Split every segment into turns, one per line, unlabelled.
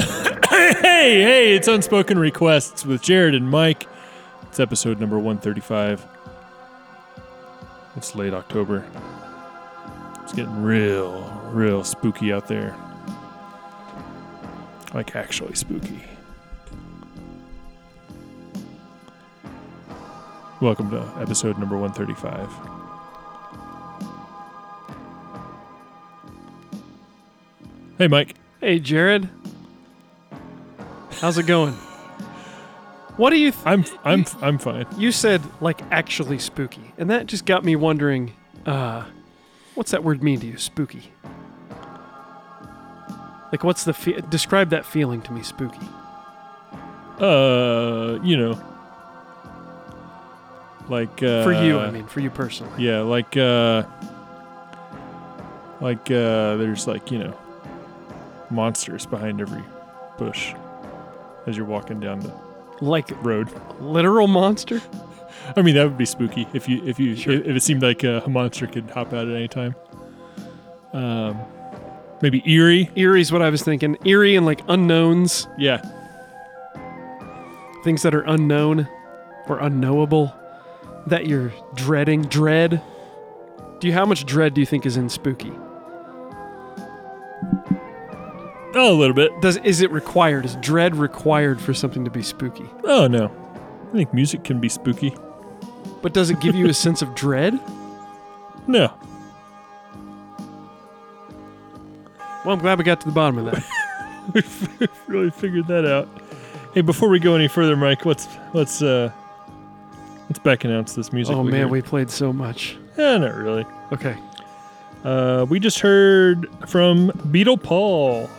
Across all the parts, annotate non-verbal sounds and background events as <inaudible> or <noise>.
hey, hey, it's Unspoken Requests with Jared and Mike. It's episode number 135. It's late October. It's getting real, real spooky out there. Like, actually spooky. Welcome to episode number 135. Hey, Mike.
Hey, Jared. How's it going? what do you? Th-
I'm I'm I'm fine.
you said like actually spooky, and that just got me wondering. Uh, what's that word mean to you? Spooky. Like, what's the fe- describe that feeling to me? Spooky.
Uh, you know, like uh,
For you, I mean, for you personally.
yeah, like uh, like uh, there's like you know, monsters behind every bush as you're walking down the
Like
road.
literal monster.
I mean, that would be spooky if you if you
Sure.
if it seemed like a monster could hop out at any time. Um, maybe eerie.
Eerie's what I was thinking. Eerie and like unknowns,
Yeah,
things that are unknown or unknowable that you're dreading. Dread. Do you? How much dread do you think is in spooky?
oh, a little bit.
Does is it required? Is dread required for something to be spooky?
Oh no, I think music can be spooky.
But does it give <laughs> you a sense of dread?
No,
Well, I'm glad we got to the bottom <laughs> of that.
We've <laughs> really figured that out. Hey, before we go any further, Mike, let's let's uh let's back announce this music.
oh man,
heard.
we played so much.
Eh, not really.
Okay.
Uh, we just heard from Beetle Paul.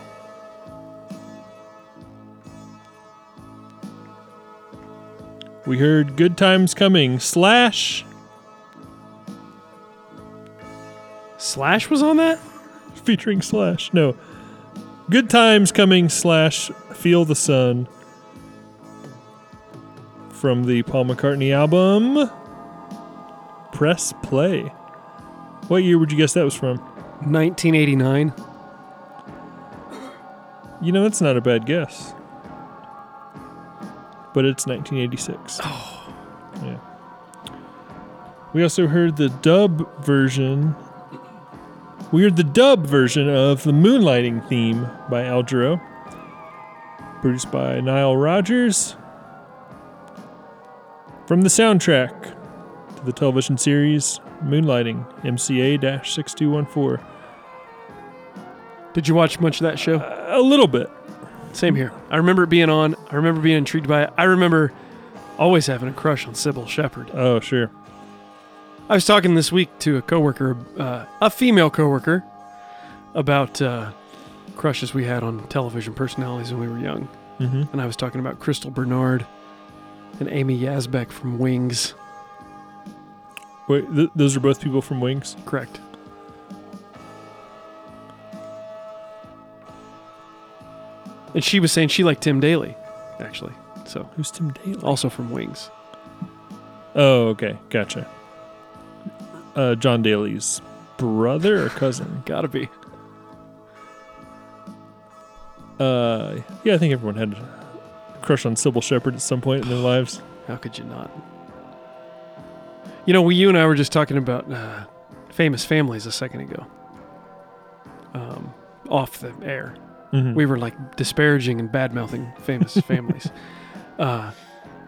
We heard "Good Times Coming" slash
Slash was on that?
<laughs> featuring slash no, "Good Times Coming" slash "Feel the Sun" from the Paul McCartney album. Press play. What year would you guess that was from?
1989.
You know, that's not a bad guess. But it's 1986. Oh. Yeah. We also heard the dub version. We heard the dub version of the Moonlighting theme by Al Jarreau, produced by Nile Rodgers. From the soundtrack to the television series Moonlighting, MCA 6214.
Did you watch much of that show?
A little bit.
Uh, Same here. I remember it being on. I remember being intrigued by it. I remember always having a crush on Sybil Shepherd.
Oh, sure.
I was talking this week to a coworker, uh, a female coworker, about uh, crushes we had on television personalities when we were young.
Mm-hmm.
and I was talking about Crystal Bernard and Amy Yazbek from Wings.
Wait, th- those are both people from Wings.
Correct. And she was saying she liked Tim Daly, actually. So
Who's Tim Daly?
also from Wings.
Oh, okay, gotcha. Uh, John Daly's brother or cousin?
Gotta be.
Uh, yeah, I think everyone had a crush on Sybil Shepherd at some point in their lives.
How could you not? You know, we, you and I were just talking about uh, famous families a second ago. Um, off the air.
Mhm.
we were like disparaging and bad mouthing famous families. Uh,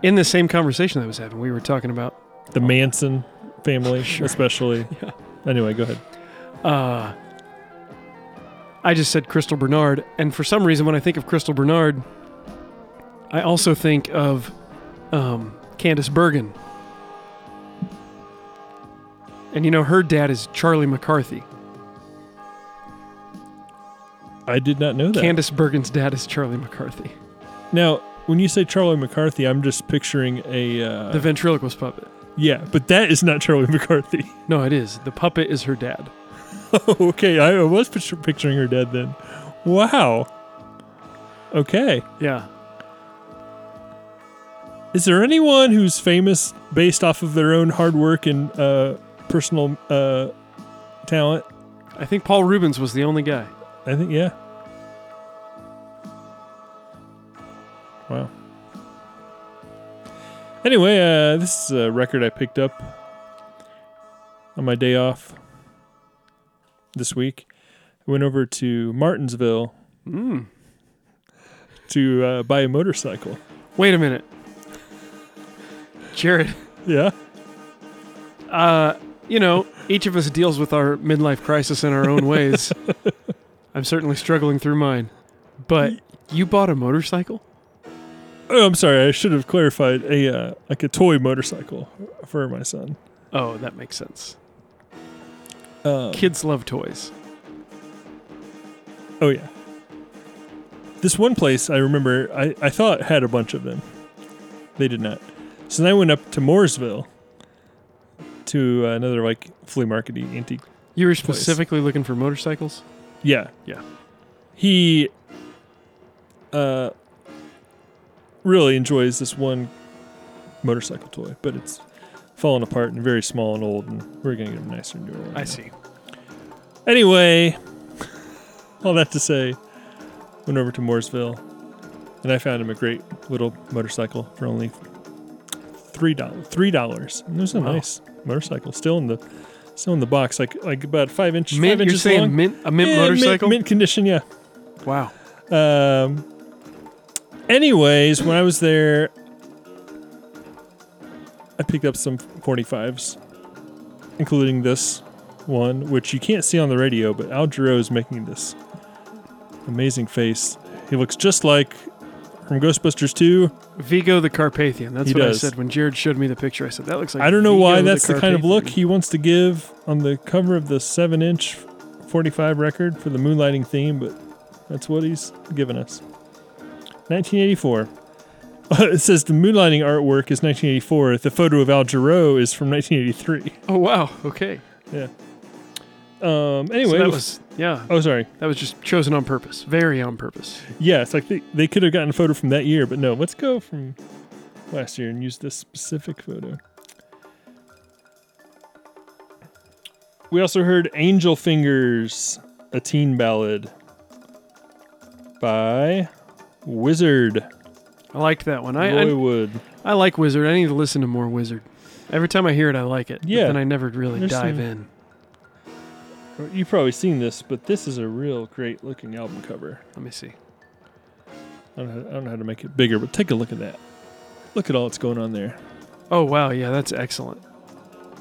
in the same conversation that was happening, we were talking about
the Manson family,
Sure.
especially.
Yeah.
Anyway, go ahead.
Uh, I just said Crystal Bernard, and for some reason, when I think of Crystal Bernard, I also think of um, Candace Bergen. And you know, her dad is Charlie McCarthy.
I did not know that.
Candace Bergen's dad is Charlie McCarthy,
now, when you say Charlie McCarthy, I'm just picturing a. Uh,
the ventriloquist puppet.
yeah, but that is not Charlie <laughs> McCarthy.
No, it is. The puppet is her dad.
okay, I was picture- picturing her dead then. Wow. Okay.
Yeah.
Is there anyone who's famous based off of their own hard work and uh, personal uh, talent?
I think Paul Rubens was the only guy.
I think yeah. Wow. Anyway, uh, this is a record I picked up on my day off this week. I went over to Martinsville
Mm.
to uh, buy a motorcycle.
Wait a minute. Jared,
Yeah.
uh, you know, each of us deals with our midlife crisis in our <laughs> own ways. I'm certainly struggling through mine. But you bought a motorcycle?
Oh, I'm sorry. I should have clarified a uh, like a toy motorcycle for my son.
Oh, that makes sense.
Um,
Kids love toys.
Oh yeah. This one place I remember I, I thought had a bunch of them. They did not. So then I went up to Mooresville to uh, another like flea markety antique.
You were
Toys.
specifically looking for motorcycles?
Yeah.
Yeah.
He uh really enjoys this one motorcycle toy, but it's falling apart and very small and old and we're gonna get a nicer newer one.
I see.
Anyway, all that to say, went over to Mooresville, and I found him a great little motorcycle for only three dollars. Three dollars. And it was a
Wow.
nice motorcycle, still in the still in the box, like like about five inches.
Mint,
five
you're
inches
saying
long.
mint, a mint
Yeah,
motorcycle?
mint condition. Yeah.
Wow.
Um, anyways, when I was there, I picked up some 45s, including this one, which you can't see on the radio, but Al Jarreau is making this amazing face. He looks just like from Ghostbusters 2.
Vigo the Carpathian. That's
He
what
does.
I said when Jared showed me the picture. I said that looks like.
I don't know why
Vigo
that's the, kind of look
Carpathian."
he wants to give on the cover of the 7 inch 45 record for the moonlighting theme, but that's what he's given us. 1984. <laughs> it says the moonlighting artwork is 1984. The photo of Al Jarreau is from 1983.
Oh wow. Okay.
Um, anyway,
so that
it
was yeah.
oh, sorry.
That was just chosen on purpose. Very on purpose.
Yeah, it's like they, they could have gotten a photo from that year, but no, let's go from last year and use this specific photo. We also heard Angel Fingers, a teen ballad by Wizard
I liked that one. I
Roy
I,
Wood.
I like Wizard. I need to listen to more Wizard. Every time I hear it, I like it. but
Yeah.
then I never really
There's
dive
some-
in.
You've probably seen this, but this is a real great looking album cover.
Let me see.
I don't, know, I don't know how to make it bigger, but take a look at that. Look at all that's going on there.
Oh wow. Yeah, that's excellent.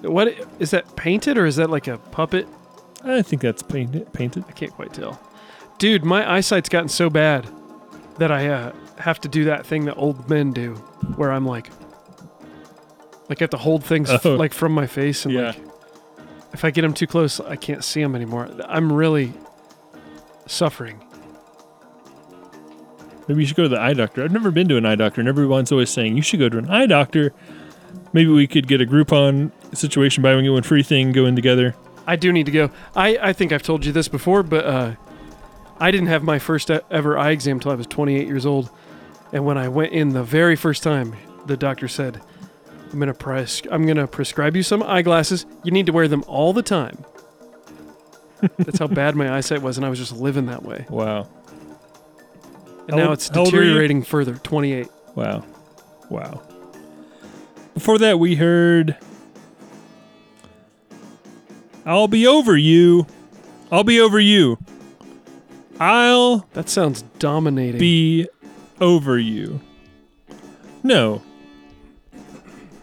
What i- is that painted or is that like a puppet?
I think that's painted. Painted.
I can't quite tell. Dude, my eyesight's gotten so bad that I uh, have to do that thing that old men do, where I'm like, like I have to hold things
<laughs>
f-
Oh.
like from my face, and
Yeah.
like if I get them too close, I can't see them anymore. I'm really suffering.
Maybe you should go to the eye doctor. I've never been to an eye doctor, and everyone's always saying you should go to an eye doctor. Maybe we could get a Groupon situation, buy one get one free thing, go in together.
I do need to go. I I think I've told you this before, but uh, I didn't have my first e- ever eye exam till I was 28 years old, and when I went in the very first time, the doctor said, "I'm gonna pres- I'm gonna prescribe you some eyeglasses. You need to wear them all
<laughs>
the time." That's how bad my eyesight was, and I was just living that way.
Wow,
And
How
now
old-
it's
how old were you?
deteriorating further. 28.
wow, wow. Before that, we heard "I'll be over you." I'll be over you. I'll
That sounds dominating.
be over you. No,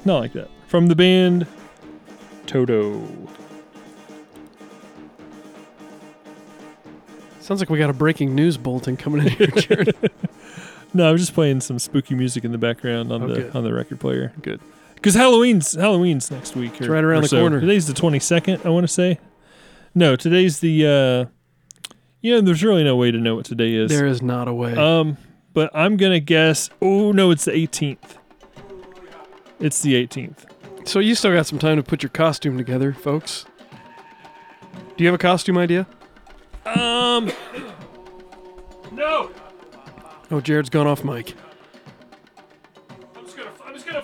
not like that. From the band Toto.
sounds like we got a breaking news bulletin coming in
<laughs>
here, Jared.
No, I was just playing some spooky music in the background on
Oh,
the
good.
on the record player.
Good.
Because Halloween's Halloween's next week.
It's right around the
so.
corner.
Today's the twenty second. I want to say. No, today's the. uh You know, there's really no way to know what today is.
there is not a way.
Um, but I'm gonna guess. Oh no, it's the eighteenth. It's the eighteenth.
So you still got some time to put your costume together, folks. Do you have a costume idea?
Um. No,
Oh, Jared's gone off mic.
I'm just gonna. I'm just gonna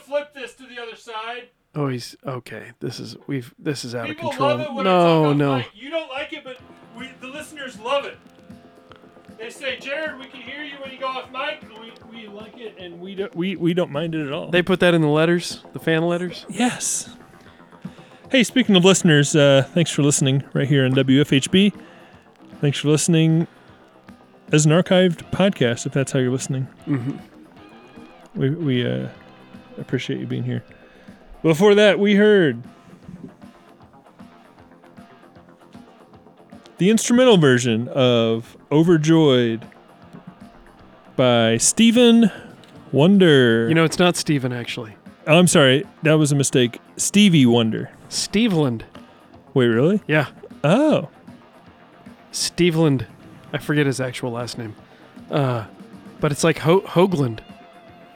outside.
Oh, he's okay. This is we've this is out
People
of control.
love it when
no,
it's on the
no.
mic. You don't like it, but we, the listeners love it. They say, Jared, we can hear you when you go off mic. and We, we like it.
and we don't we, we don't mind it at all.
They put that in the letters, the fan letters.
yes. Hey, speaking of listeners, uh, thanks for listening right here on WFHB. Thanks for listening as an archived podcast. If that's how you're listening, mm-hmm. we we uh, appreciate you being here. Before that, we heard the instrumental version of "Overjoyed" by Stephen Wonder.
You know, it's not Steven actually.
Oh, I'm sorry, that was a mistake. Stevie Wonder.
Steveland.
Wait, really?
Yeah.
Oh,
Steveland. I forget his actual last name. Uh but it's like Ho- Hoagland.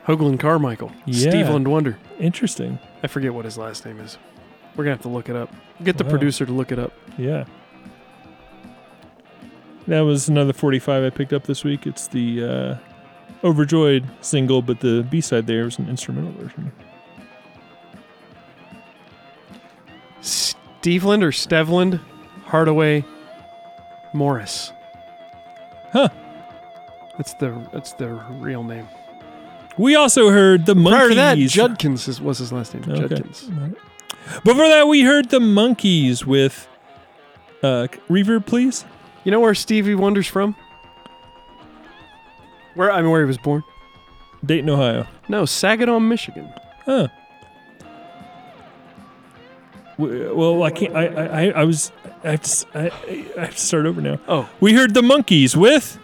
Hoagland Carmichael.
Yeah.
Steveland Wonder.
interesting.
I forget what his last name is. We're gonna have to look it up. Get the
Wow.
producer to look it up.
Yeah. That was another 45 I picked up this week. It's the uh, Overjoyed single, but the B side there was an instrumental version.
Steveland or Stevland, Hardaway, Morris.
Huh.
That's the that's the real name.
We also heard the Monkeys.
Prior to that, Judkins is, was his last name.
Okay.
Judkins.
Before that, we heard the Monkeys with uh, Reverb, please.
You know where Stevie Wonder's from? Where I mean, where he was born?
Dayton, Ohio.
No, Saginaw, Michigan.
Huh. W- Well, I can't. I I, I, I was. I have, to, s- I, I- I have to start over now.
Oh,
We heard the monkeys with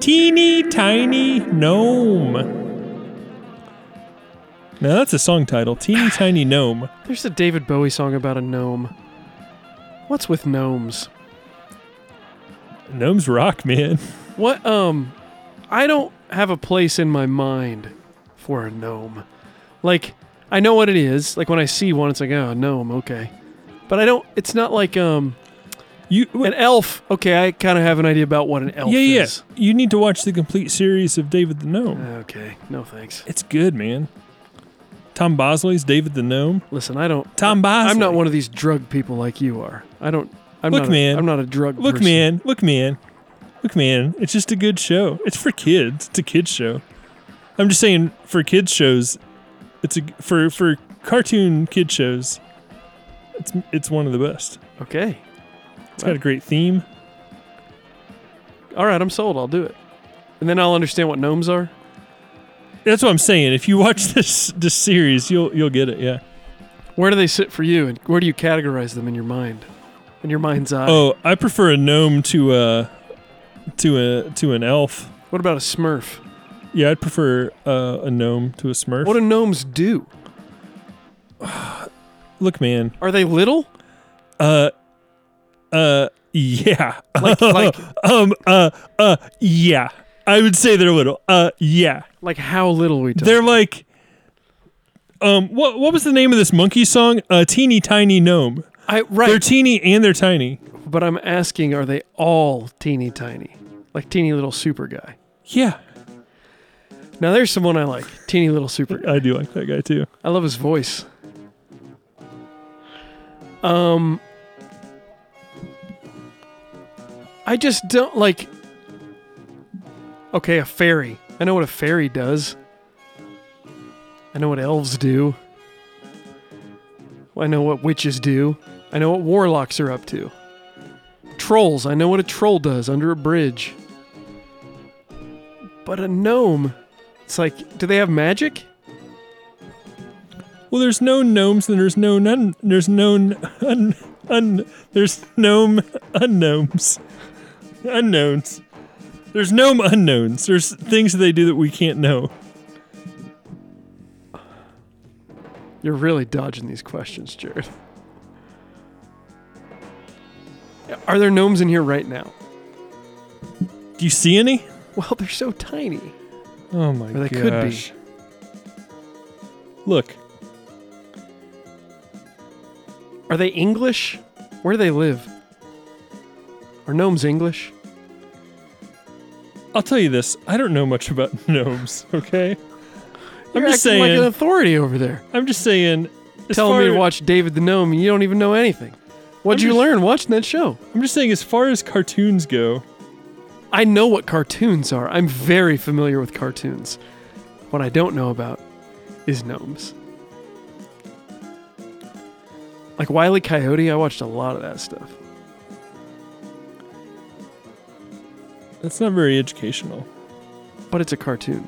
teeny tiny gnome. Now that's a song title.
<sighs>
Teeny tiny gnome.
there's a David Bowie song about a gnome. What's with gnomes?
Gnomes rock, man.
What um I don't have a place in my mind for a gnome. Like I know what it is. Like when I see one it's like, "Oh, gnome, okay." But I don't it's not like um
You.
an elf. Okay, I kind of have an idea about what an elf
yeah, yeah.
is. Uh.
You need to watch the complete series of David the Gnome.
Okay, no thanks.
It's good, man. Tom Bosley's David the Gnome.
Listen, I don't
Tom Bosley.
I'm not one of these drug people like you are. I don't I'm
Look,
not a,
man.
I'm not a drug
Look,
person.
man. Look, man. Look, man. It's just a good show. It's for kids. It's a kids show. I'm just saying for kids shows, it's a for for cartoon kid shows. It's it's one of the best.
Okay.
It's got a great theme.
All right, I'm sold. I'll do it. And then I'll understand what gnomes are.
That's what I'm saying. If you watch <laughs> this this series, you'll you'll get it. Yeah.
Where do they sit for you and where do you categorize them in your mind? In your mind's eye?
Oh, I prefer a gnome to a to a to an elf.
What about a smurf?
Yeah, I'd prefer uh, a gnome to a Smurf.
What do gnomes do?
Look, man.
Are they little?
Uh, uh, yeah.
Like like
<laughs> Um. Uh. Uh. Yeah. I would say they're little. Uh. Yeah.
like how little we talk?
They're like. Um. What What was the name of this monkey song? A teeny tiny gnome.
I
They're
right,
teeny and they're tiny.
but I'm asking are they all teeny tiny? Like teeny little super guy.
Yeah.
Now there's someone I like. Teeny little super guy.
I do like that guy too.
I love his voice. Um I just don't like Okay, a fairy. I know what a fairy does. I know what elves do. I know what witches do. I know what warlocks are up to. Trolls. I know what a troll does under a bridge. But a gnome, it's like, do they have magic?
Well, there's no gnomes and there's no nun. There's no n- un, un There's gnome unknowns. Unknowns. There's gnome unknowns. There's things that they do that we can't know.
You're really dodging these questions, Jared. Are there gnomes in here right now?
Do you see any?
Well, they're so tiny.
Oh my
Or they
gosh.
could be.
Look,
Are they English? Where do they live? Are gnomes English?
<laughs> I'll tell you this. I don't know much about gnomes, okay?
You're
just
acting like
saying.
an authority over there.
I'm just saying. as
telling me
far-
to watch David the Gnome and you don't even know anything. What'd
I'm
you
just-
learn watching that show?
I'm just saying, as far as cartoons go,
I know what cartoons are. I'm very familiar with cartoons. What I don't know about is gnomes. Like Wile E. Coyote, I watched a lot of that stuff.
that's not very educational.
But it's a cartoon.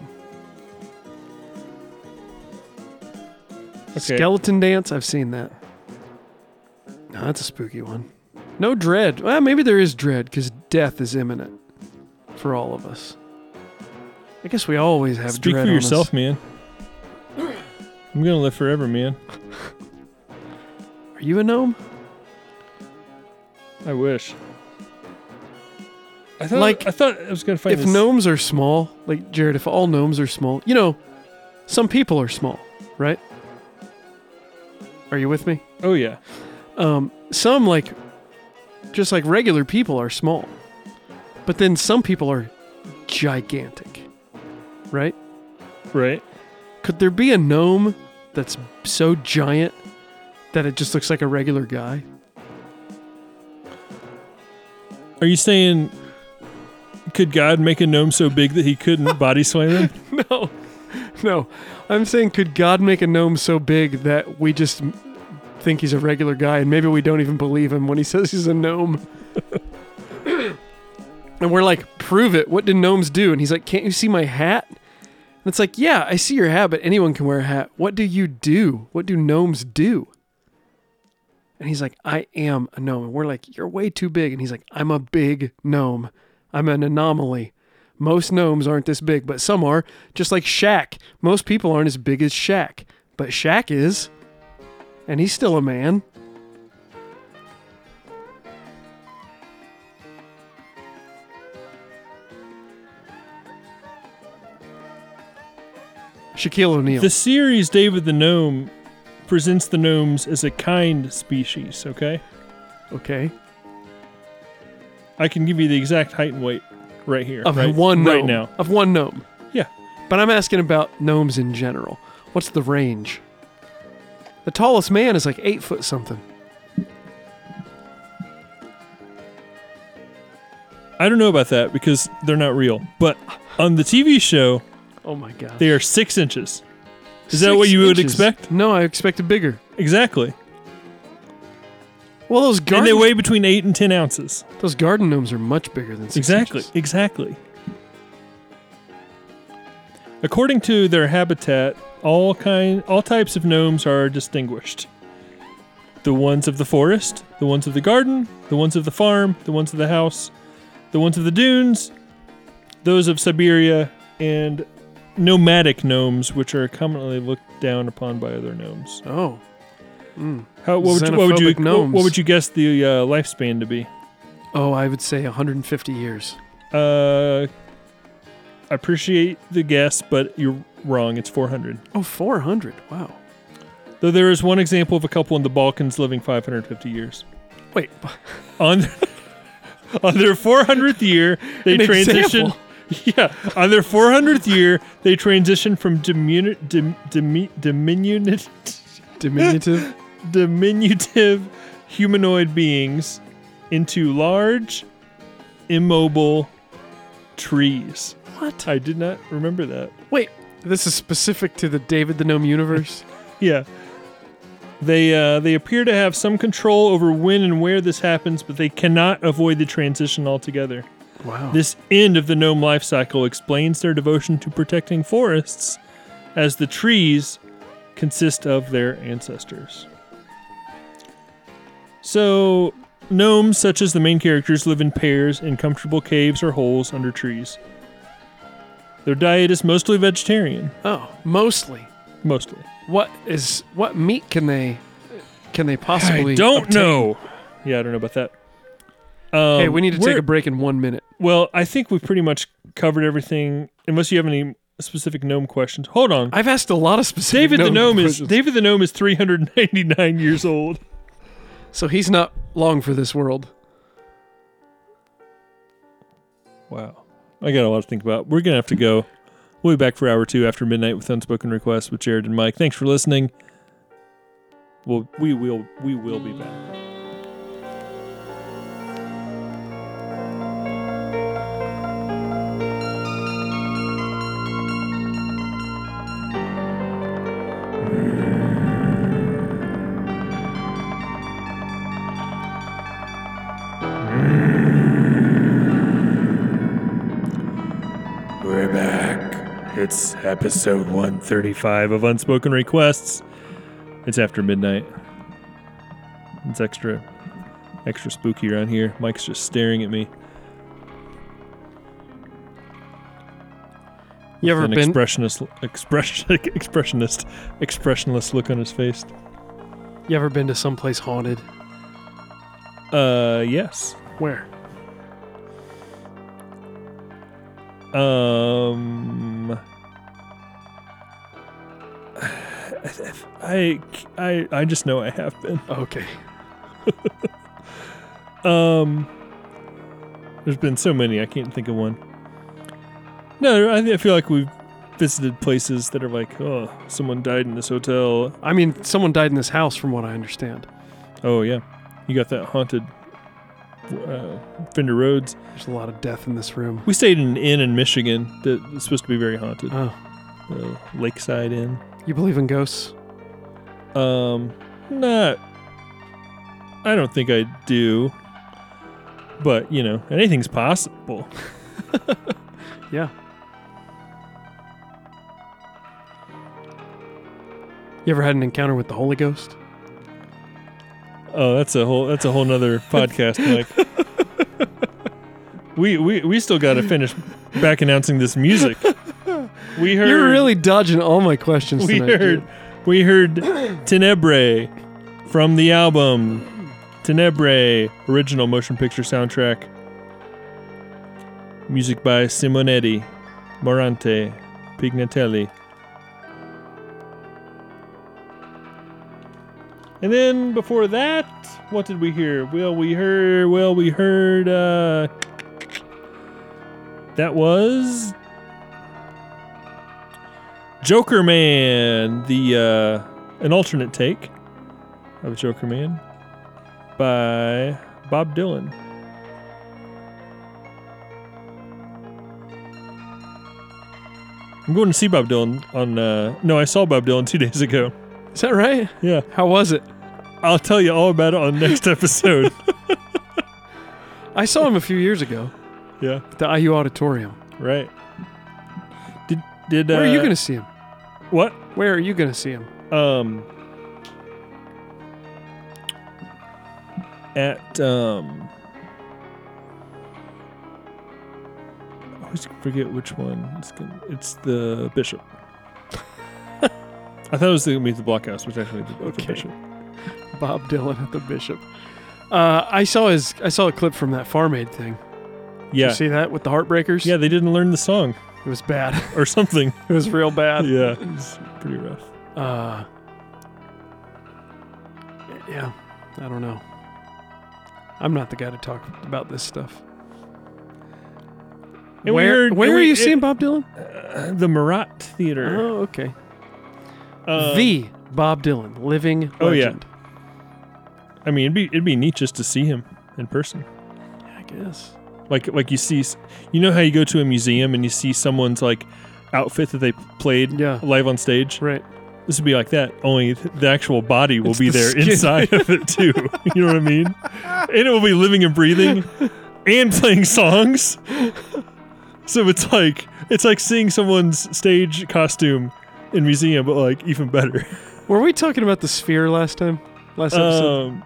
Okay.
Skeleton Dance, I've seen that. No, that's a spooky one. No dread. Well, maybe there is dread because death is imminent for all of us. I guess we always have
Speak
dread.
for
on
yourself,
us.
man. I'm gonna live forever, man.
Are you a gnome?
I wish. I thought
Like,
I thought I was gonna find
if
this.
gnomes are small, like Jared, if all gnomes are small, you know, some people are small, right? Are you with me?
Oh yeah,
Um, some like, just like regular people are small, but then some people are gigantic, right?
right.
Could there be a gnome that's so giant that it just looks like a regular guy?
Are you saying? Could God make a gnome so big that he couldn't body slam him?
<laughs> No, no. I'm saying, could God make a gnome so big that we just m- think he's a regular guy and maybe we don't even believe him when he <laughs> says he's a gnome? <laughs> and we're like, prove it. What do gnomes do? And he's like, can't you see my hat? And it's like, yeah, I see your hat, but anyone can wear a hat. What do you do? What do gnomes do? And he's like, I am a gnome. And we're like, you're way too big. And he's like, I'm a big gnome. I'm an anomaly. Most gnomes aren't this big, but some are. Just like Shaq. Most people aren't as big as Shaq, but Shaq is. And he's still a man. Shaquille O'Neal.
The series David the Gnome presents the gnomes as a kind species, okay?
okay.
I can give you the exact height and weight right here.
Of
right,
one gnome.
right now.
Of one gnome.
Yeah.
But I'm asking about gnomes in general. What's the range? The tallest man is like eight foot something.
I don't know about that because they're not real. But on the TV show,
Oh my god.
they are six inches. Is that what you would expect?
No, I expected bigger.
Exactly.
Well, those
And
garden
they weigh between eight and ten ounces.
those garden gnomes are much bigger than six
Exactly.
inches.
Exactly. According to their habitat, all kind all types of gnomes are distinguished. The ones of the forest, the ones of the garden, the ones of the farm, the ones of the house, the ones of the dunes, those of Siberia, and nomadic gnomes, which are commonly looked down upon by other gnomes.
Oh,
How, what, would you, what would you
Xenophobic gnomes.
what would you guess the uh, lifespan to be?
oh, I would say 150 years.
Uh, I appreciate the guess, but you're wrong. It's 400.
Oh, 400. Wow.
Though there is one example of a couple in the Balkans living 550 years.
Wait, <laughs>
On <laughs> on their 400th year, they
An
transition.
example.
<laughs> Yeah, on their 400th year, they transition from diminu- dim, dimi- diminutive <laughs>
diminutive.
diminutive humanoid beings into large, immobile trees.
what?
I did not remember that.
Wait, this is specific to the David the
<laughs>
Gnome universe.
Yeah. They uh, they appear to have some control over when and where this happens, but they cannot avoid the transition altogether.
wow.
This end of the gnome life cycle explains their devotion to protecting forests, as the trees consist of their ancestors. So, gnomes, such as the main characters, live in pairs in comfortable caves or holes under trees. Their diet is mostly vegetarian,
oh, mostly.
mostly.
What is what meat can they can they possibly?
I don't
obtain?
know. Yeah, I don't know about that. Um,
Hey, we need to take
we're-
a break in one minute.
Well, I think we've pretty much covered everything, unless you have any specific gnome questions. Hold on,
I've asked a lot of specific.
David the gnome is
questions.
David the gnome is 399 years old.
so he's not long for this world.
Wow, I got a lot to think about. We're gonna have to go. We'll be back for hour two after midnight with unspoken requests with Jared and Mike. Thanks for listening. Well, we will we will be back. We're back. It's episode 135 of Unspoken Requests. It's after midnight. It's extra extra spooky around here. Mike's just staring at me
You ever
with an
been?
expressionist expression <laughs> expressionist expressionless look on his face.
You ever been to someplace haunted?
Uh yes.
Where?
Um <sighs> I I I just know I have been.
Okay.
Um, there's been so many, I can't think of one. No, I, thi- I feel like we've visited places that are like, oh, someone died in this hotel.
I mean, someone died in this house, from what I understand.
Oh yeah, you got that haunted uh, Fender Roads.
There's a lot of death in this room.
We stayed in an inn in Michigan that is supposed to be very haunted,
Oh,
the Lakeside Inn.
you believe in ghosts?
Um, not. I don't think I do. But you know, anything's possible.
Yeah. You ever had an encounter with the Holy Ghost?
Oh, that's a whole that's a whole
<laughs>
nother podcast, Mike. We we we still got to finish back announcing this music. We heard
You're really dodging all my questions
we
tonight.
heard
dude.
we heard Tenebrae from the album Tenebrae original motion picture soundtrack. Music by Simonetti, Morante, Pignatelli. And then before that, what did we hear? Well, we heard well we heard uh that was Joker Man, the uh, an alternate take of Joker Man by Bob Dylan. I'm going to see Bob Dylan on. Uh, no, I saw Bob Dylan <laughs> two days ago.
Is that right?
Yeah,
How was it?
I'll tell you all about it on next <laughs> episode.
I saw him a few years ago
yeah,
at the IU Auditorium.
right. Did did
Where
uh,
are you going to see him?
what?
Where are you going to see him?
um at um I always forget which one it's gonna, it's the bishop <laughs> I thought it was gonna be the blockhouse which actually the, the
Okay.
bishop
Bob Dylan at the Bishop. Uh, I saw his. I saw a clip from that Farm Aid thing. Did
yeah
You see that with the Heartbreakers?
yeah they didn't learn the song <laughs>
It was bad. <laughs>
or something
it was real
<laughs>
bad.
yeah it's pretty rough
Uh, yeah, I don't know. I'm not the guy to talk about this stuff.
And we
where
heard-
where
and
are
we-
you
it-
seeing Bob Dylan?
Uh, the Marat Theater
Oh, okay.
Uh,
the Bob Dylan, living
Oh, yeah.
legend.
I mean it'd be it'd be neat just to see him in person
I guess.
like like you see you know how you go to a museum and you see someone's like outfit that they played
Yeah.
live on stage
Right.
this would be like that only th- the actual body will
It's
be
the
there
skin.
inside of it
<laughs>
too you know what i mean and it will be living and breathing and playing songs so it's like it's like seeing someone's stage costume in museum but like even
<laughs>
better
Were we talking about the sphere last time? Last episode.
um,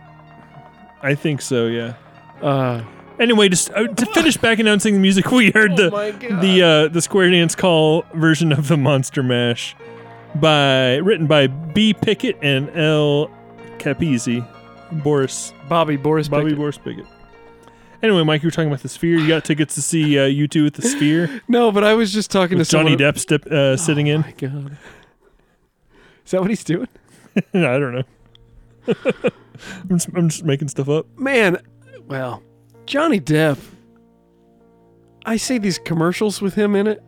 i think so yeah
Uh,
Anyway, just uh, to finish back announcing the music, we heard the
my God.
the uh, the Square Dance Call version of the Monster Mash by written by B Pickett and L Capizzi, Boris
Bobby Boris.
Bobby
Pickett.
Boris Pickett. Anyway, Mike, you were talking about the Sphere. You got tickets to see uh, you two at the
<laughs>
Sphere
no, but I was just talking
with
to someone. Oh
Johnny Depp step,
<sighs>
uh, sitting in. <laughs>
My God. Is that what he's doing?
I don't know. <laughs> I'm, just, I'm just making stuff up.
man, well, Johnny Depp. I see these commercials with him in it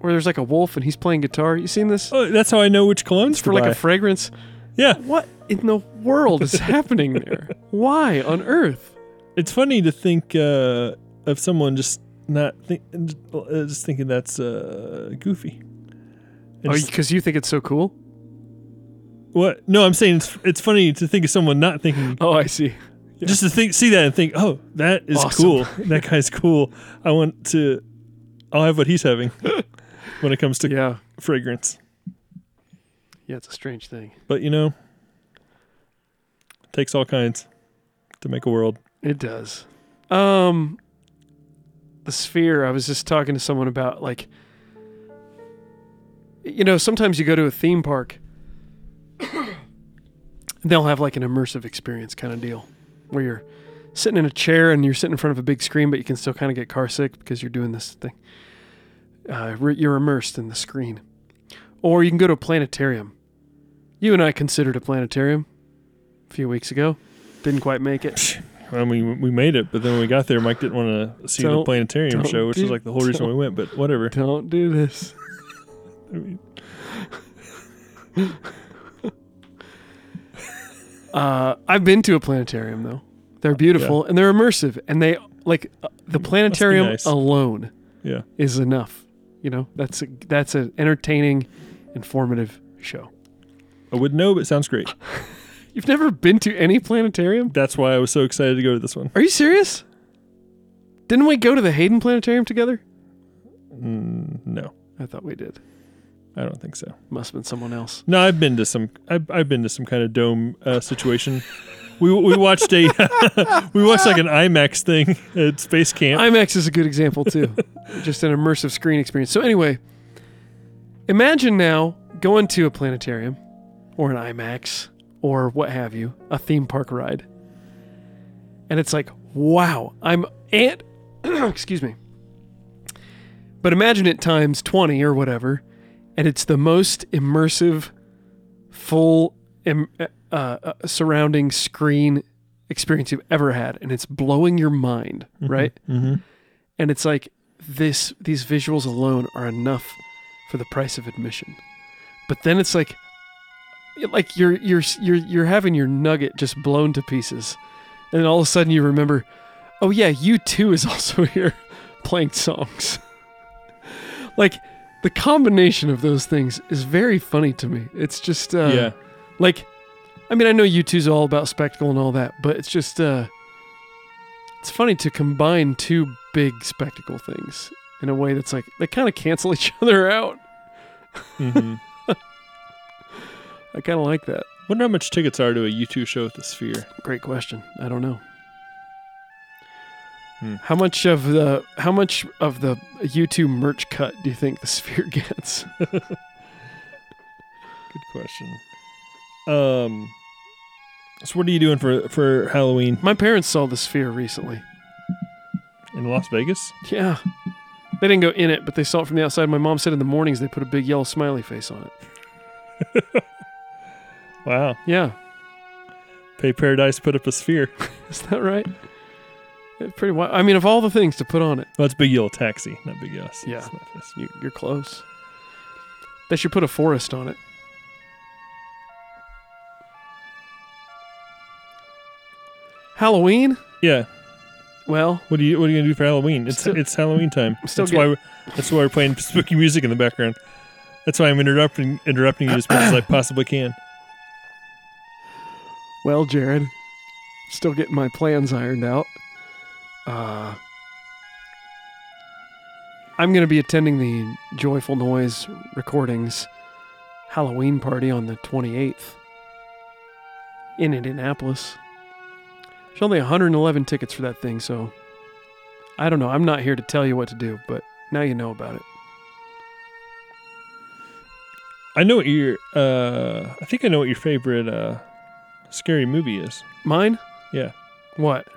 where there's like a wolf and he's playing guitar. You seen this?
Oh, that's how I know which colognes
For
to
like
buy.
a fragrance.
yeah,
What in the world
<laughs>
is happening there? Why on earth?
it's funny to think uh, of someone just not think, uh, just thinking that's uh, goofy. And
Oh,
just-
because you think it's so cool?
what? No, I'm saying it's it's funny to think of someone not thinking
Oh, I see.
just to think see that and think, oh, that is
Awesome. <laughs>
cool. That guy's cool. I want to. I'll have what he's
<laughs>
having when it comes to
Yeah.
fragrance.
Yeah, it's a strange thing.
But you know, takes all kinds to make a world.
It does. Um the sphere, I was just talking to someone about like you know, sometimes you go to a theme park <coughs> and they'll have like an immersive experience kind of deal where you're sitting in a chair and you're sitting in front of a big screen but you can still kind of get car sick because you're doing this thing. Uh, re- you're immersed in the screen. Or you can go to a planetarium. You and I considered a planetarium a few weeks ago. Didn't quite make it.
I mean, we made it, but then when we got there, Mike didn't want to see the
Don't-
planetarium
don't
show, which was
do-
like the whole reason we went. But whatever.
Don't do this.
I mean,
Uh, I've been to a planetarium though. They're beautiful and they're immersive, and they like uh, the planetarium
nice.
alone
yeah.
is enough. You know, that's a, that's an entertaining, informative show.
I would know, but sounds great.
You've never been to any planetarium?
That's why I was so excited to go to this one.
Are you serious? Didn't we go to the Hayden Planetarium together?
Mm, no,
I thought we did.
I don't think so.
Must have been someone else.
No, I've been to some. I've, I've been to some kind of dome uh, situation. We, we watched a <laughs> we watched like an IMAX thing at space camp.
IMAX is a good example too. Just an immersive screen experience. So anyway, imagine now going to a planetarium or an IMAX or what have you, a theme park ride. And it's like, wow, I'm ant <clears throat> excuse me. But imagine it times 20 or whatever, and it's the most immersive full im- uh, uh, surrounding screen experience you've ever had and it's blowing your mind, right?
mm-hmm.
and it's like this these visuals alone are enough for the price of admission but then it's like like you're you're you're you're having your nugget just blown to pieces and then all of a sudden you remember oh yeah you too is <laughs> also here playing songs <laughs> like the combination of those things is very funny to me it's just uh
mm-hmm. yeah,
like i mean i know u2's all about spectacle and all that but it's just uh it's funny to combine two big spectacle things in a way that's like they kind of cancel <laughs> each other out
hmm
i kind of like that
wonder how much tickets are to a U two show at the Sphere.
great question i don't know
Hmm.
how much of the how much of the u2 merch cut do you think the <laughs> sphere gets
Good question. Um, so what are you doing for for Halloween
my parents saw the sphere recently
in Las Vegas? <laughs>
yeah they didn't go in it but they saw it from the outside my mom said in the mornings they put a big yellow smiley face on it
Wow,
yeah
pay paradise, put up a sphere.
Is that right? It's pretty wild. I mean, of all the things to put on it,
Well, it's Big Yellow Taxi, not Big Yellow.
Yeah.
It's not this.
you, you're close. They should put a forest on it. Halloween?
yeah.
Well,
What are you What are you gonna do for Halloween? It's
Still-
it's Halloween time.
still
that's why we're, that's why we're playing spooky music in the background. That's why I'm interrupting interrupting you as much
<coughs>
as I possibly can.
well, Jared, still getting my plans ironed out. Uh, I'm going to be attending the Joyful Noise Recordings Halloween party on the 28th in Indianapolis. There's only 111 tickets for that thing, so I don't know. I'm not here to tell you what to do, but now you know about it.
I know what your uh, I think I know what your favorite uh, scary movie is.
Mine?
Yeah.
What?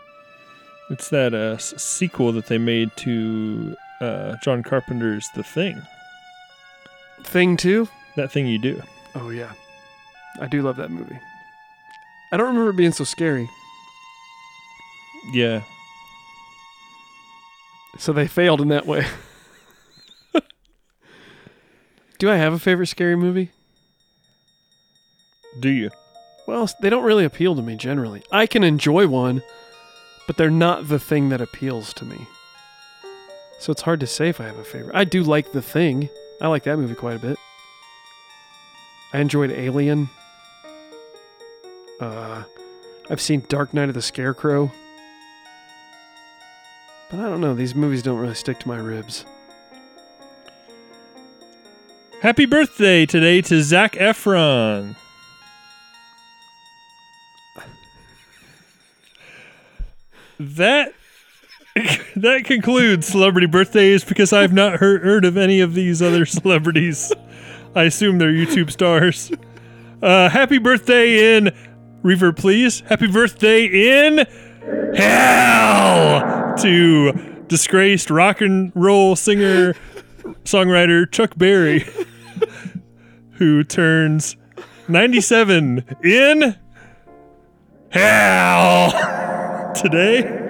It's that uh, s- sequel that they made to uh, John Carpenter's The Thing.
Thing 2?
That thing you do.
Oh yeah, I do love that movie. I don't remember it being so scary.
Yeah.
So they failed in that way. <laughs> Do I have a favorite scary movie?
Do you?
Well, s- they don't really appeal to me generally. I can enjoy one, but they're not the thing that appeals to me. So it's hard to say if I have a favorite. I do like The Thing. I like that movie quite a bit. I enjoyed Alien. Uh, I've seen Dark Knight of the Scarecrow. But I don't know. These movies don't really stick to my ribs.
Happy birthday today to Zach Efron. That <laughs> that concludes celebrity birthdays because I've not heard, heard of any of these other <laughs> celebrities. I assume they're YouTube stars. Uh, happy birthday in Reverb, please. Happy birthday in hell to disgraced rock and roll singer songwriter Chuck Berry, <laughs> who turns 97 in hell <laughs> today.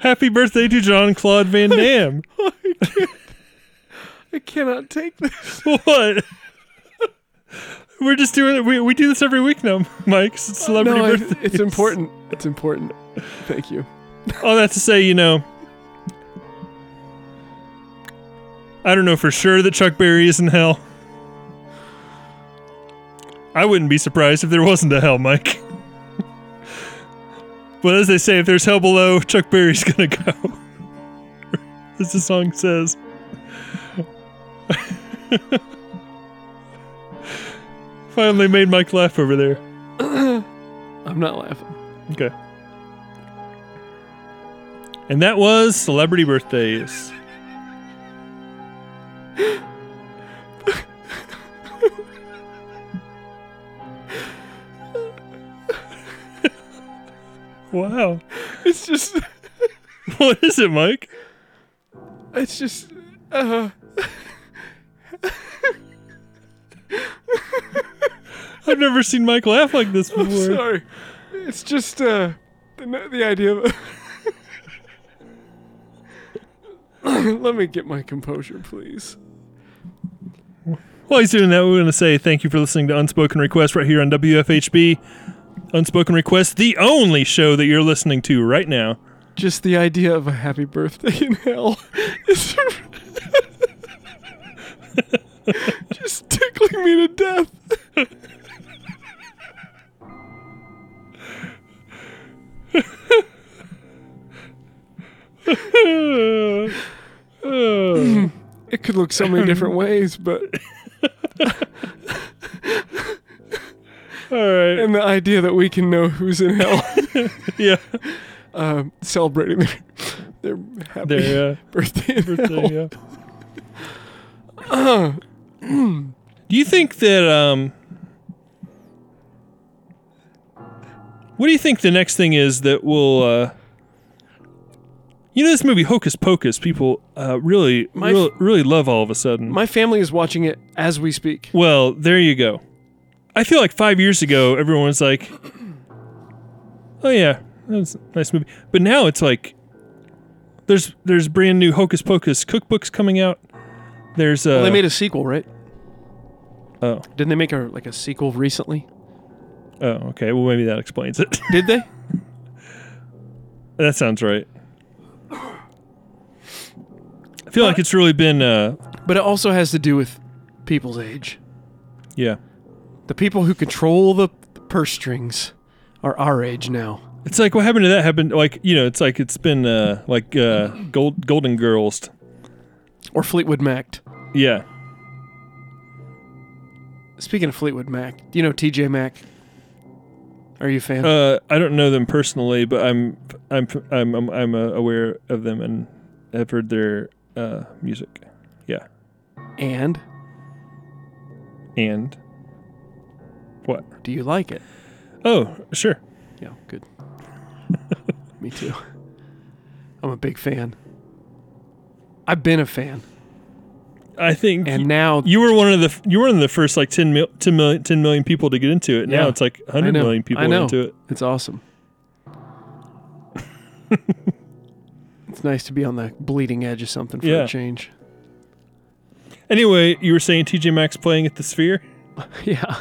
Happy birthday to Jean Claude Van
<laughs>
Damme.
I cannot take this.
what? We're just doing it. We, we do this every week now, Mike. It's celebrity
no, I-
birthday.
it's important. It's important. Thank you.
All that to say, you know, I don't know for sure that Chuck Berry is in hell. I wouldn't be surprised if there wasn't a hell, Mike. <laughs> but as they say, if there's hell below, Chuck Berry's gonna go. <laughs> as the song says. <laughs> Finally made Mike laugh over there.
I'm not laughing.
Okay. And that was celebrity birthdays. wow. <laughs>
It's just.
What is it, Mike?
It's just. Uh,
I've never seen Mike laugh like this
I'm
before.
sorry. It's just uh, the, the idea of. <laughs> Let me get my composure, please.
While he's doing that, we want to say thank you for listening to Unspoken Request right here on WFHB. Unspoken Request, the only show that you're listening to right
<laughs>
now. <laughs>
Just the idea of a happy birthday in hell <laughs> is just tickling me to death. It could look so many different ways, but
All right.
<laughs> and the idea that we can know who's in hell,
yeah.
um, celebrating their their happy
There, uh,
birthday in hell.
birthday, yeah. <clears throat> do you think that um what do you think the next thing is that will uh you know this movie Hocus Pocus people uh really
My
real-
f-
really love all of a sudden.
My family is watching it as we speak.
well, there you go. I feel like 5 years ago everyone was like oh yeah, that's a nice movie. But now it's like there's there's brand new Hocus Pocus cookbooks coming out. There's uh
Well, they made a sequel, right?
Oh.
Didn't they make a like a sequel recently?
Oh, okay. Well, maybe that explains it. <laughs>
Did they?
that sounds right. I feel like it's really been, uh,
But it also has to do with people's age.
yeah.
The people who control the purse strings are our age now.
It's like what happened to that happened. Like you know, it's like it's been uh, like uh, gold Golden Girls.
Or Fleetwood Mac.
Yeah.
Speaking of Fleetwood Mac, do you know TJ Mac? Are you a fan?
Uh, I don't know them personally, but I'm I'm I'm I'm, I'm uh, aware of them and have heard their uh, music. Yeah.
and
And what?
do you like it?
Oh, sure.
Yeah, good. <laughs> Me too. I'm a big fan. I've been a fan.
I think
And now
you were one of the you were one of the first like 10, mil, 10 million 10 million people to get into it. Now
Yeah.
it's like
I
hundred
know,
<laughs> million people
I know.
into it.
It's awesome. It's nice to be on the bleeding edge of something for
Yeah.
a change. <laughs>
Anyway, you were saying TJ Maxx playing at the Sphere?
Yeah.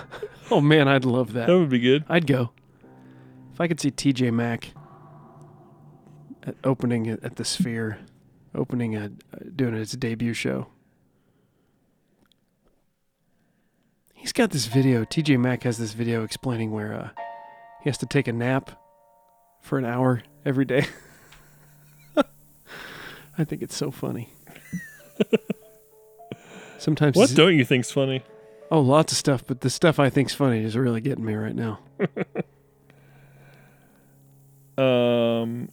Oh man, I'd love
That
that.
would be good.
I'd go. If I could see TJ Mack at opening it at the Sphere, <laughs> opening a uh, doing his debut show. He's got this video. TJ Mack has this video explaining where uh, he has to take a nap for an hour every day. <laughs> I think it's so funny. Sometimes
What
he's-
don't you think's funny?
Oh, lots of stuff, but the stuff I think's funny is really getting me right now.
Um.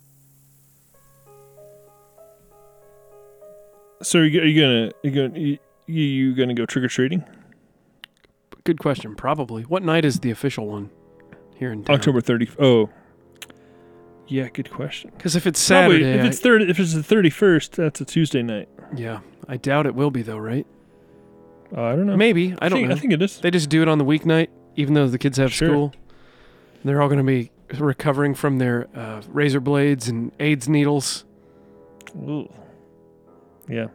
So are you, are you gonna you gonna you, you gonna go trick or treating
But good question, probably. What night is the official one here in town?
October thirty? Oh, yeah, good question.
Because if it's
Probably,
Saturday,
if it's third, if it's the thirty first, that's a Tuesday night.
I- yeah, I doubt it will be though, right?
Uh, I don't know.
Maybe I don't
think,
know.
I think it is.
they just do it on the weeknight, even though the kids have
Sure.
school. They're all going to be recovering from their uh, razor blades and AIDS needles.
Ooh. Yeah.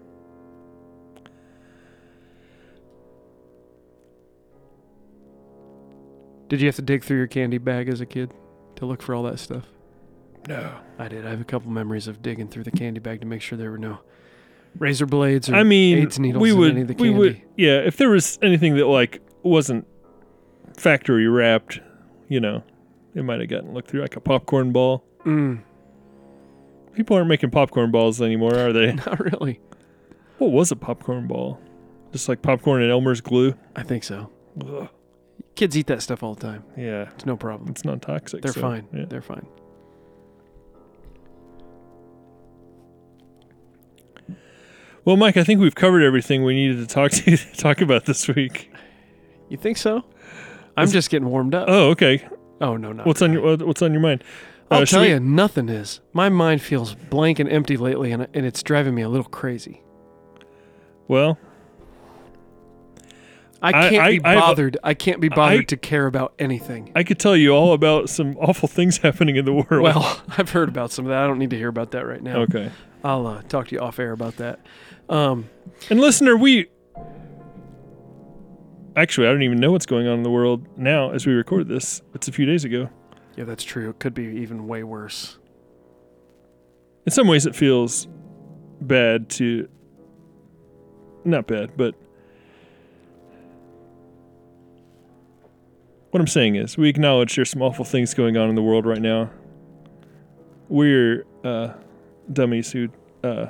Did you have to dig through your candy bag as a kid to look for all that stuff?
No.
I did. I have a couple memories of digging through the candy bag to make sure there were no razor blades or
I mean,
AIDS needles
we
in
would
any of the
we
candy.
would yeah. If there was anything that like wasn't factory wrapped, you know, it might have gotten looked through like a popcorn ball.
Mm, <laughs>
People aren't making popcorn balls anymore, are they?
not really.
What was a popcorn ball? Just like popcorn and Elmer's glue.
I think so.
Ugh.
Kids eat that stuff all the time.
Yeah,
It's no problem.
it's not toxic.
They're
so,
fine.
Yeah.
They're fine.
Well, Mike, I think we've covered everything we needed to talk <laughs> to talk about this week.
You think so? I'm just getting warmed up.
Oh, okay.
oh no, no.
What's on your what- What's on your mind? Uh,
I'll
should
tell
we-
you, nothing is. My mind feels blank and empty lately, and, and it's driving me a little crazy.
Well,
I
I-
can't
I-
be
I've-
bothered. I, can't be bothered
I-
to care about anything.
I could tell you all about some awful things <laughs> happening in the world.
Well, <laughs> I've heard about some of that. I don't need to hear about that right now.
okay.
I'll uh, talk to you off air about that. Um,
And listener, we actually I don't even know what's going on in the world now as we record this. It's a few days ago.
yeah, that's true. It could be even way worse.
in some ways it feels bad to not bad but what i'm saying is we acknowledge there's some awful things going on in the world right now we're uh, dummies who uh,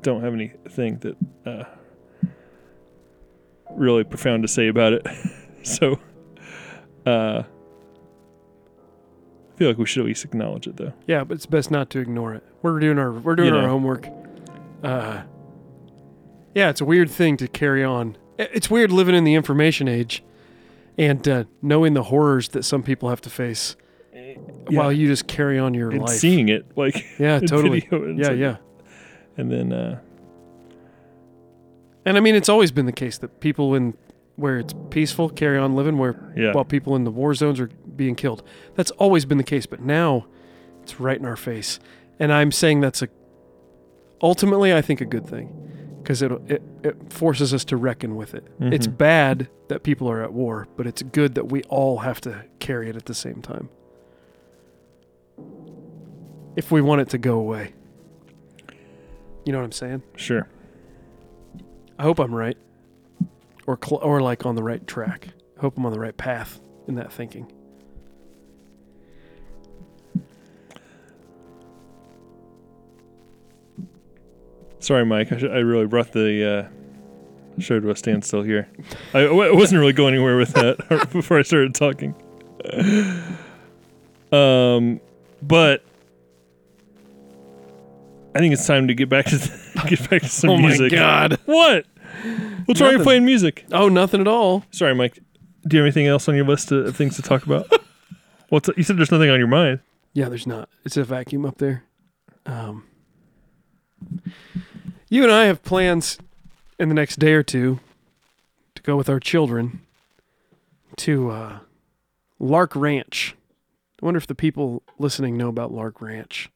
don't have anything that uh, really profound to say about it <laughs> so uh, i feel like we should at least acknowledge it though
Yeah, but it's best not to ignore it. We're doing our we're doing
You
our
know.
homework. Uh, yeah, it's a weird thing to carry on. I- It's weird living in the information age, and uh, knowing the horrors that some people have to face
Eh, yeah.
while you just carry on your
and
life.
seeing it like <laughs>
yeah,
in
totally.
video, and it's
yeah,
like-
yeah.
and then uh
And I mean, it's always been the case that people in where it's peaceful carry on living, where
yeah
while people in the war zones are being killed. That's always been the case, but now it's right in our face. And I'm saying that's a ultimately I think a good thing because it, it it forces us to reckon with it. It's
Mhm.
bad that people are at war, but it's good that we all have to carry it at the same time. If we want it to go away. You know what I'm saying?
sure
I hope I'm right, or cl- or like on the right track. I hope I'm on the right path in that thinking.
sorry mike i, sh- I really brought the uh show to a standstill here I <laughs> w- I wasn't really going anywhere with that <laughs> before i started talking um but i think it's time to get back to <laughs> get back to some music
Oh god!
what we'll try
Nothing.
and play music
Oh, nothing at all.
sorry mike do you have anything else on your list of things to talk <laughs> about what's you said there's nothing on your mind
Yeah, there's not. It's a vacuum up there. Um, you and I have plans in the next day or two to go with our children to uh, Lark Ranch. I wonder if the people listening know about Lark Ranch.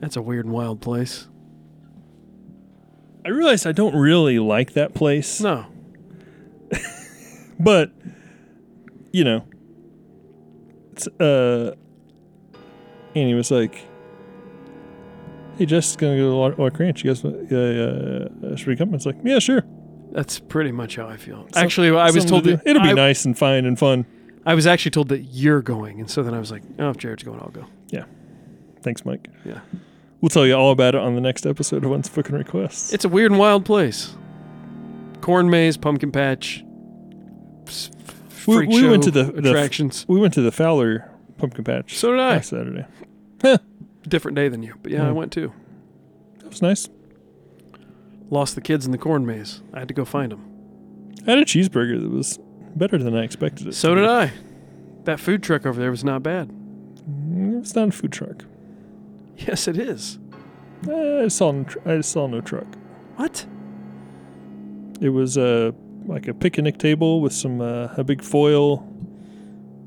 That's a weird and wild place.
I realize I don't really like that place,
No.
but you know, it's, uh, and he was like, "Hey, Jess's gonna go to Lark, Lark Ranch. You guys, uh, uh, should we come?" It's like, "Yeah, sure."
That's pretty much how I feel. actually, I was
Something to
told
do.
that
it'll be
I,
nice and fine and fun.
I was actually told that you're going, and so then I was like, "Oh, if Jared's going, I'll go."
Thanks, Mike.
Yeah.
We'll tell you all about it on the next episode of Once Fucking Requests.
It's a weird and wild place. Corn maze, pumpkin patch. s-
We-
Freak
we
show
went to the- the-
attractions.
we went to the Fowler Pumpkin Patch.
So did I.
Last Saturday.
Different day than you, but yeah, I
Mm.
went too.
That was nice.
Lost the kids in the corn maze. I had to go find them.
I had a cheeseburger that was better than I expected it.
So
to
did
be.
I. That food truck over there was not bad. <laughs>
Mm, It's not a food truck.
Yes, it is.
Eh, I saw. n- tr- I saw no truck.
What?
It was uh, like a picnic table with some uh, a big foil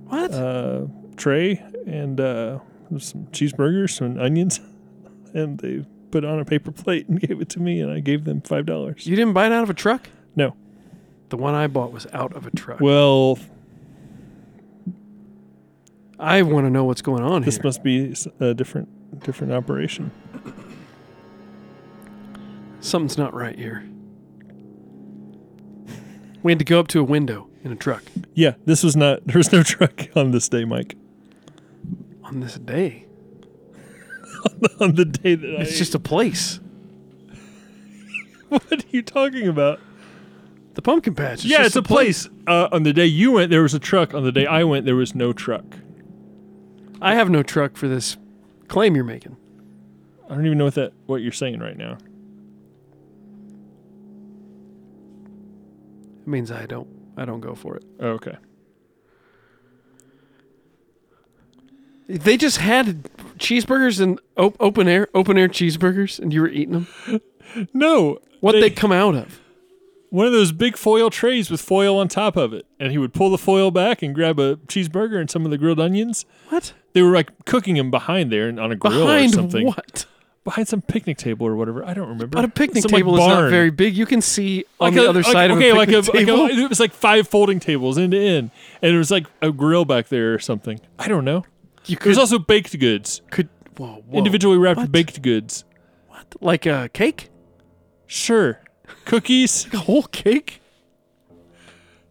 What?
uh, tray and uh, some cheeseburgers, some onions, <laughs> and they put it on a paper plate and <laughs> gave it to me, and I gave them five dollars.
you didn't buy it out of a truck?
No.
The one I bought was out of a truck.
Well,
I want to know what's going on
this
here.
must be s- a different different operation.
Something's not right here. We had to go up to a window in a truck
Yeah, this was not. <laughs> There was no truck on this day, Mike. <laughs>
on this day.
on the day that I.
It's just a place.
<laughs> what are you talking about?
The pumpkin patch. It's
yeah,
just
it's a place. Uh, on the day you went, there was a truck. On the day I went, there was no truck.
I have no truck for this claim you're making.
I don't even know what that what you're saying right now.
It means I don't. I don't go for it.
Oh, okay.
They just had cheeseburgers and op- open air, open air cheeseburgers, and you were eating them.
No,
What they,
They-
come out of?
one of those big foil trays with foil on top of it, and he would pull the foil back and grab a cheeseburger and some of the grilled onions.
What
They were like cooking him behind there and on a grill
behind
or something.
what?
Behind some picnic table or whatever. I don't remember.
But a picnic
Some, like,
table is not
barn.
very big. You can see on
Like
the
a-
other
like-
side
okay,
of a
like
picnic
like
table.
it was like five folding tables end to end, and it was like a grill back there or something. I don't know.
you
There's
could,
also baked goods,
could whoa, whoa.
individually wrapped
What?
baked goods.
like a cake, <laughs>
Sure, cookies.
a whole cake.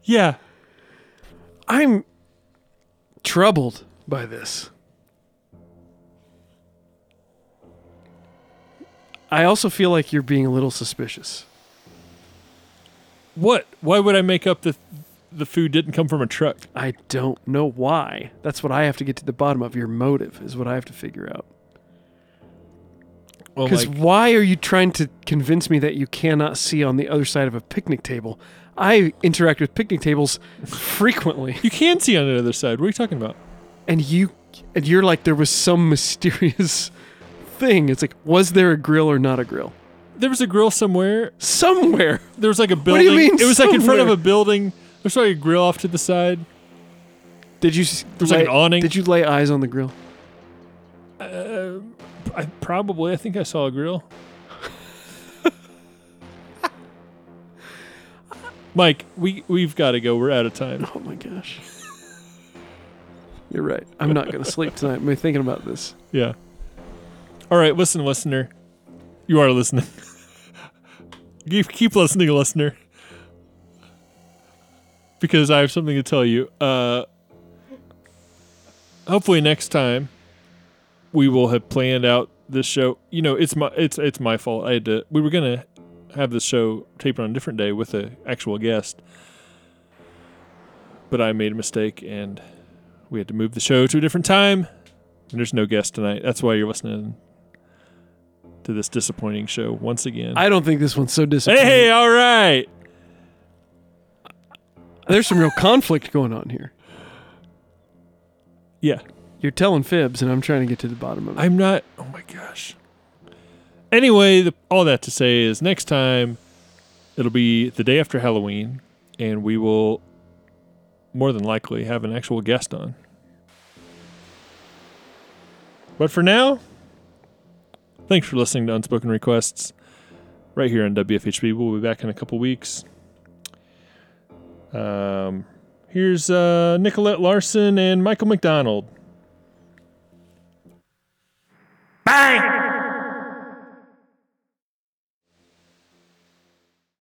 Yeah,
I'm troubled by this. I also feel like you're being a little suspicious.
What? Why would I make up that the food didn't come from a truck?
I don't know why. That's what I have to get to the bottom of. Your motive is what I have to figure out.
Well,
Because
like,
why are you trying to convince me that you cannot see on the other side of a picnic table? I interact with picnic tables frequently,
you can see on the other side. What are you talking about?
and you, and you're like, there was some <laughs> mysterious thing. It's like, was there a grill or not a grill
There was a grill somewhere.
somewhere?
There was like a
do
building.
you mean
it was like in front of
somewhere?
a building. There's like a grill off to the side.
Did you? s-
There's like an awning.
Did you lay eyes on the grill?
I probably. I think I saw a grill.
<laughs>
Mike, we we've got to go. We're out of time.
Oh my gosh. You're right. I'm not gonna sleep tonight. I'm thinking
<laughs>
about this.
Yeah. All right, listen, listener. You are listening. keep, keep listening, listener. Because I have something to tell you. Uh, hopefully next time we will have planned out this show. You know, it's my it's it's my fault. I had to. We were gonna have this show taped on a different day with a actual guest, but I made a mistake and we had to move the show to a different time. And there's no guest tonight. That's why you're listening to this disappointing show once again.
I don't think this one's so disappointing.
hey, all right.
There's some real conflict going on here.
Yeah.
You're telling fibs, and I'm trying to get to the bottom of it.
I'm not. Oh my gosh. Anyway, the, all that to say is next time it'll be the day after Halloween, and we will more than likely have an actual guest on. But for now, Thanks for listening to Unspoken Requests right here on WFHB. We'll be back in a couple weeks. Um, here's uh, Nicolette Larson and Michael McDonald.
Bang!